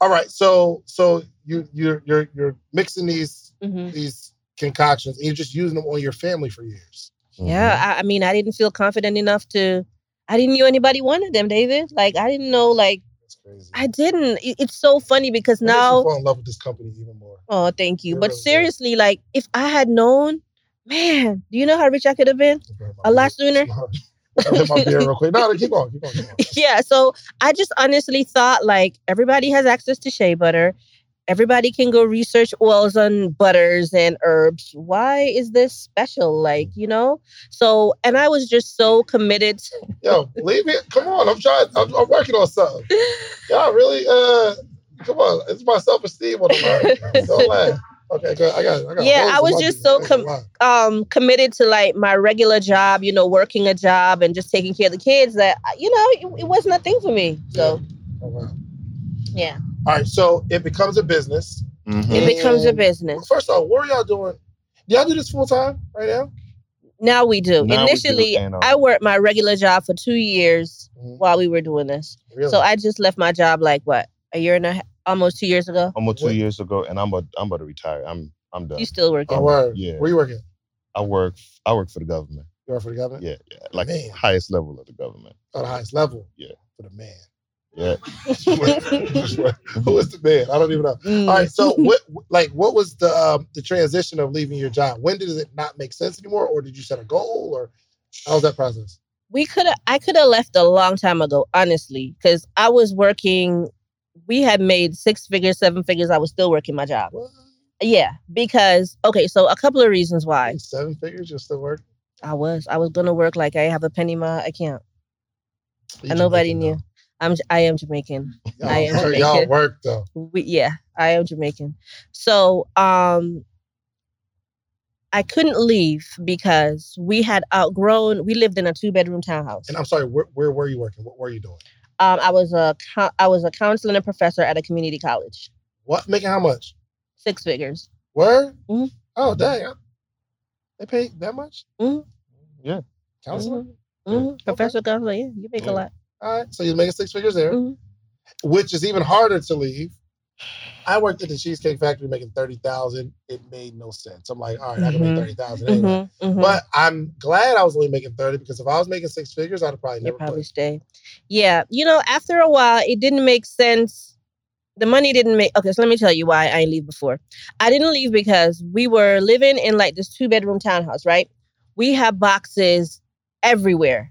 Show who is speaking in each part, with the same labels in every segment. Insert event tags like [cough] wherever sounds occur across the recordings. Speaker 1: All right, so so you you're you're you're mixing these
Speaker 2: Mhm.
Speaker 1: these concoctions and you're just using them on your family for years.
Speaker 2: Mm-hmm. Yeah, I, I mean, I didn't feel confident enough to. I didn't know anybody wanted them, David. Like I didn't know. Like
Speaker 1: That's crazy.
Speaker 2: I didn't. It- it's so funny because
Speaker 1: That makes me
Speaker 2: now.
Speaker 1: fall in love with this company even more.
Speaker 2: Oh, thank you.
Speaker 1: It
Speaker 2: But
Speaker 1: really does.
Speaker 2: seriously, like if I had known, man, do you know how rich I could have been?
Speaker 1: [laughs]
Speaker 2: A lot sooner.
Speaker 1: Hit my beer real quick. No, no, keep on, keep on, keep on.
Speaker 2: [laughs] yeah. So I just honestly thought like everybody has access to shea butter. Everybody can go research oils and butters and herbs. Why is this special? Like, you know? So, and I was just so committed.
Speaker 1: Yo, leave it. Come on, I'm trying. I'm, I'm working on
Speaker 2: [laughs]
Speaker 1: something. Y'all really? Uh, come on. It's my self esteem on the line. Don't laugh. Okay, good. I got it. I got
Speaker 2: Yeah,
Speaker 1: loads
Speaker 2: I
Speaker 1: of
Speaker 2: was
Speaker 1: my
Speaker 2: just
Speaker 1: people.
Speaker 2: so
Speaker 1: I ain't gonna
Speaker 2: com-
Speaker 1: lie.
Speaker 2: um committed to like my regular job, you know, working a job and just taking care of the kids that you know, it, it was nothing for me. So,
Speaker 1: Oh, wow.
Speaker 2: yeah.
Speaker 1: All right, so it becomes a business.
Speaker 2: It
Speaker 1: Mhm.
Speaker 2: becomes a
Speaker 1: And-
Speaker 2: business.
Speaker 1: First off, what are y'all doing? Do y'all do this full time right now?
Speaker 2: Now we do.
Speaker 3: Now we do,
Speaker 2: Initially,
Speaker 3: and, uh,
Speaker 2: I worked my regular job for 2 years while we were doing this.
Speaker 1: Really?
Speaker 2: So I just left my job like what a year and a half, almost two years ago.
Speaker 3: Almost two
Speaker 1: What-
Speaker 3: years ago, and I'm a, I'm about to retire. I'm I'm done.
Speaker 2: You still working?
Speaker 1: oh, word.
Speaker 3: Yeah.
Speaker 1: Where you working?
Speaker 3: I work I work for the government.
Speaker 1: You work for the government?
Speaker 3: Yeah, yeah. like
Speaker 1: Man.
Speaker 3: highest level of the government.
Speaker 1: On the highest level?
Speaker 3: Yeah.
Speaker 1: For the [laughs] man.
Speaker 3: Yeah.
Speaker 1: [laughs] Who is the man? I don't even know.
Speaker 2: Mm.
Speaker 1: All right, so [laughs] what, like, what was the um, the transition of leaving your job? When did it not make sense anymore, or did you set a goal, or how was that process?
Speaker 2: we could have. I could have left a long time ago, honestly, because I was working. We had made six figures, seven figures. I was still working my job.
Speaker 1: What?
Speaker 2: Yeah, because okay, so a couple of reasons why
Speaker 1: Seven figures, you're still working.
Speaker 2: I was I was gonna work like I have a penny in my account,
Speaker 1: You
Speaker 2: and nobody
Speaker 1: Jamaican,
Speaker 2: knew. I'm J- I am Jamaican.
Speaker 1: though.
Speaker 2: I
Speaker 1: Y'all,
Speaker 3: [laughs]
Speaker 1: work, y'all
Speaker 2: am Jamaican.
Speaker 1: work though.
Speaker 2: we, yeah, I am Jamaican. So, um I couldn't leave because we had outgrown. We lived in a two-bedroom townhouse.
Speaker 1: And I'm sorry, where, where were you working? What were you doing?
Speaker 2: Um, I was a cou- I was a counselor and a professor at a community college.
Speaker 1: What making how much?
Speaker 2: Six figures.
Speaker 1: Where?
Speaker 2: Mhm.
Speaker 1: Oh dang, I- they pay that much?
Speaker 2: Mhm.
Speaker 3: Yeah.
Speaker 1: Counselor.
Speaker 2: Mhm. Professor counselor, yeah, you make
Speaker 3: Yeah.
Speaker 2: a
Speaker 1: Mm.
Speaker 2: lot.
Speaker 1: All right, so you're making six figures there,
Speaker 2: Mhm.
Speaker 1: which is even harder to leave. I worked at the Cheesecake Factory making thirty thousand. It made no sense. I'm like, all right, I can make
Speaker 2: Mhm.
Speaker 1: thirty thousand anyway.
Speaker 2: Mhm, mhm.
Speaker 1: But I'm glad I was only making 30 because if I was making six figures, I'd probably
Speaker 2: you
Speaker 1: never
Speaker 2: probably
Speaker 1: quit.
Speaker 2: stay. Yeah, you know, after a while, it didn't make sense. The money didn't make. Okay, so let me tell you why I didn't leave before. I didn't leave because we were living in like this two bedroom townhouse, right? We have boxes everywhere.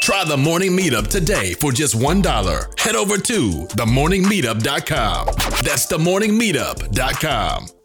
Speaker 4: Try the morning meetup today for just $1. Head over to themorningmeetup.com. That's themorningmeetup.com.